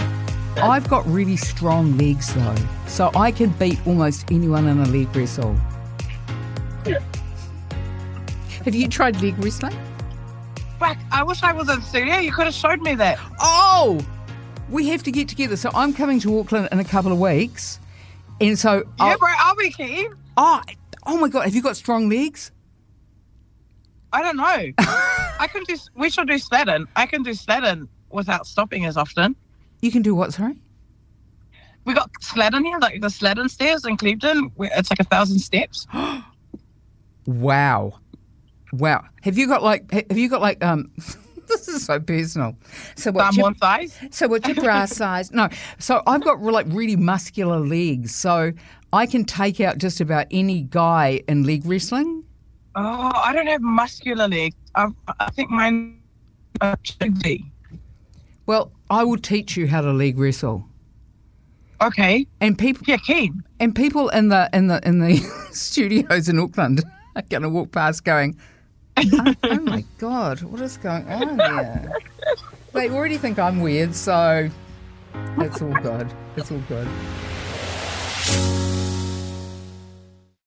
Okay. I've got really strong legs though, so I can beat almost anyone in a leg wrestle. Have you tried leg wrestling? Fuck, I wish I was in studio. You could have showed me that. Oh, we have to get together. So I'm coming to Auckland in a couple of weeks, and so yeah, I'll- bro, I'll be keen. oh, oh my god, have you got strong legs? I don't know. I can do. We should do sledding. I can do sledding without stopping as often. You can do what? Sorry. We got sledding here, like the sledding stairs in Clevedon. where It's like a thousand steps. Wow, wow. Have you got like? Have you got like? Um, this is so personal. So what's Thumb your, on thighs. so what's your bra size? No, so I've got like really muscular legs, so I can take out just about any guy in leg wrestling. Oh, I don't have muscular legs. I, I think mine are chickpea. Well, I will teach you how to leg wrestle. Okay. And people Yeah, keen. and people in the in the in the studios in Auckland are going to walk past going, oh, "Oh my god, what is going on there?" They already think I'm weird, so it's all good. It's all good.